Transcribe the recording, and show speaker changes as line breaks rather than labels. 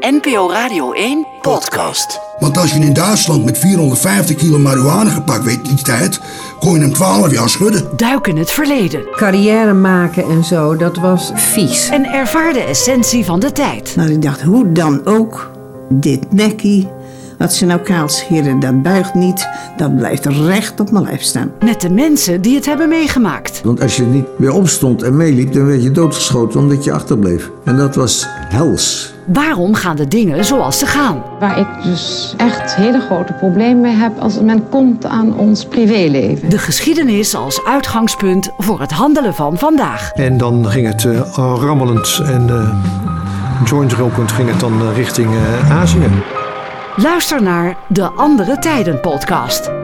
NPO Radio 1 podcast.
Want als je in Duitsland met 450 kilo marihuana gepakt werd in die tijd, kon je hem 12 jaar schudden.
Duiken het verleden
carrière maken en zo, dat was vies.
en ervaar de essentie van de tijd.
Nou, ik dacht, hoe dan ook, dit nekkie, wat ze nou kaal scheren, dat buigt niet, dat blijft recht op mijn lijf staan.
Met de mensen die het hebben meegemaakt.
Want als je niet weer opstond en meeliep, dan werd je doodgeschoten omdat je achterbleef. En dat was hels.
Waarom gaan de dingen zoals ze gaan?
Waar ik dus echt hele grote problemen mee heb als men komt aan ons privéleven.
De geschiedenis als uitgangspunt voor het handelen van vandaag.
En dan ging het eh, al rammelend en eh joint rokend ging het dan eh, richting eh, Azië.
Luister naar de Andere Tijden podcast.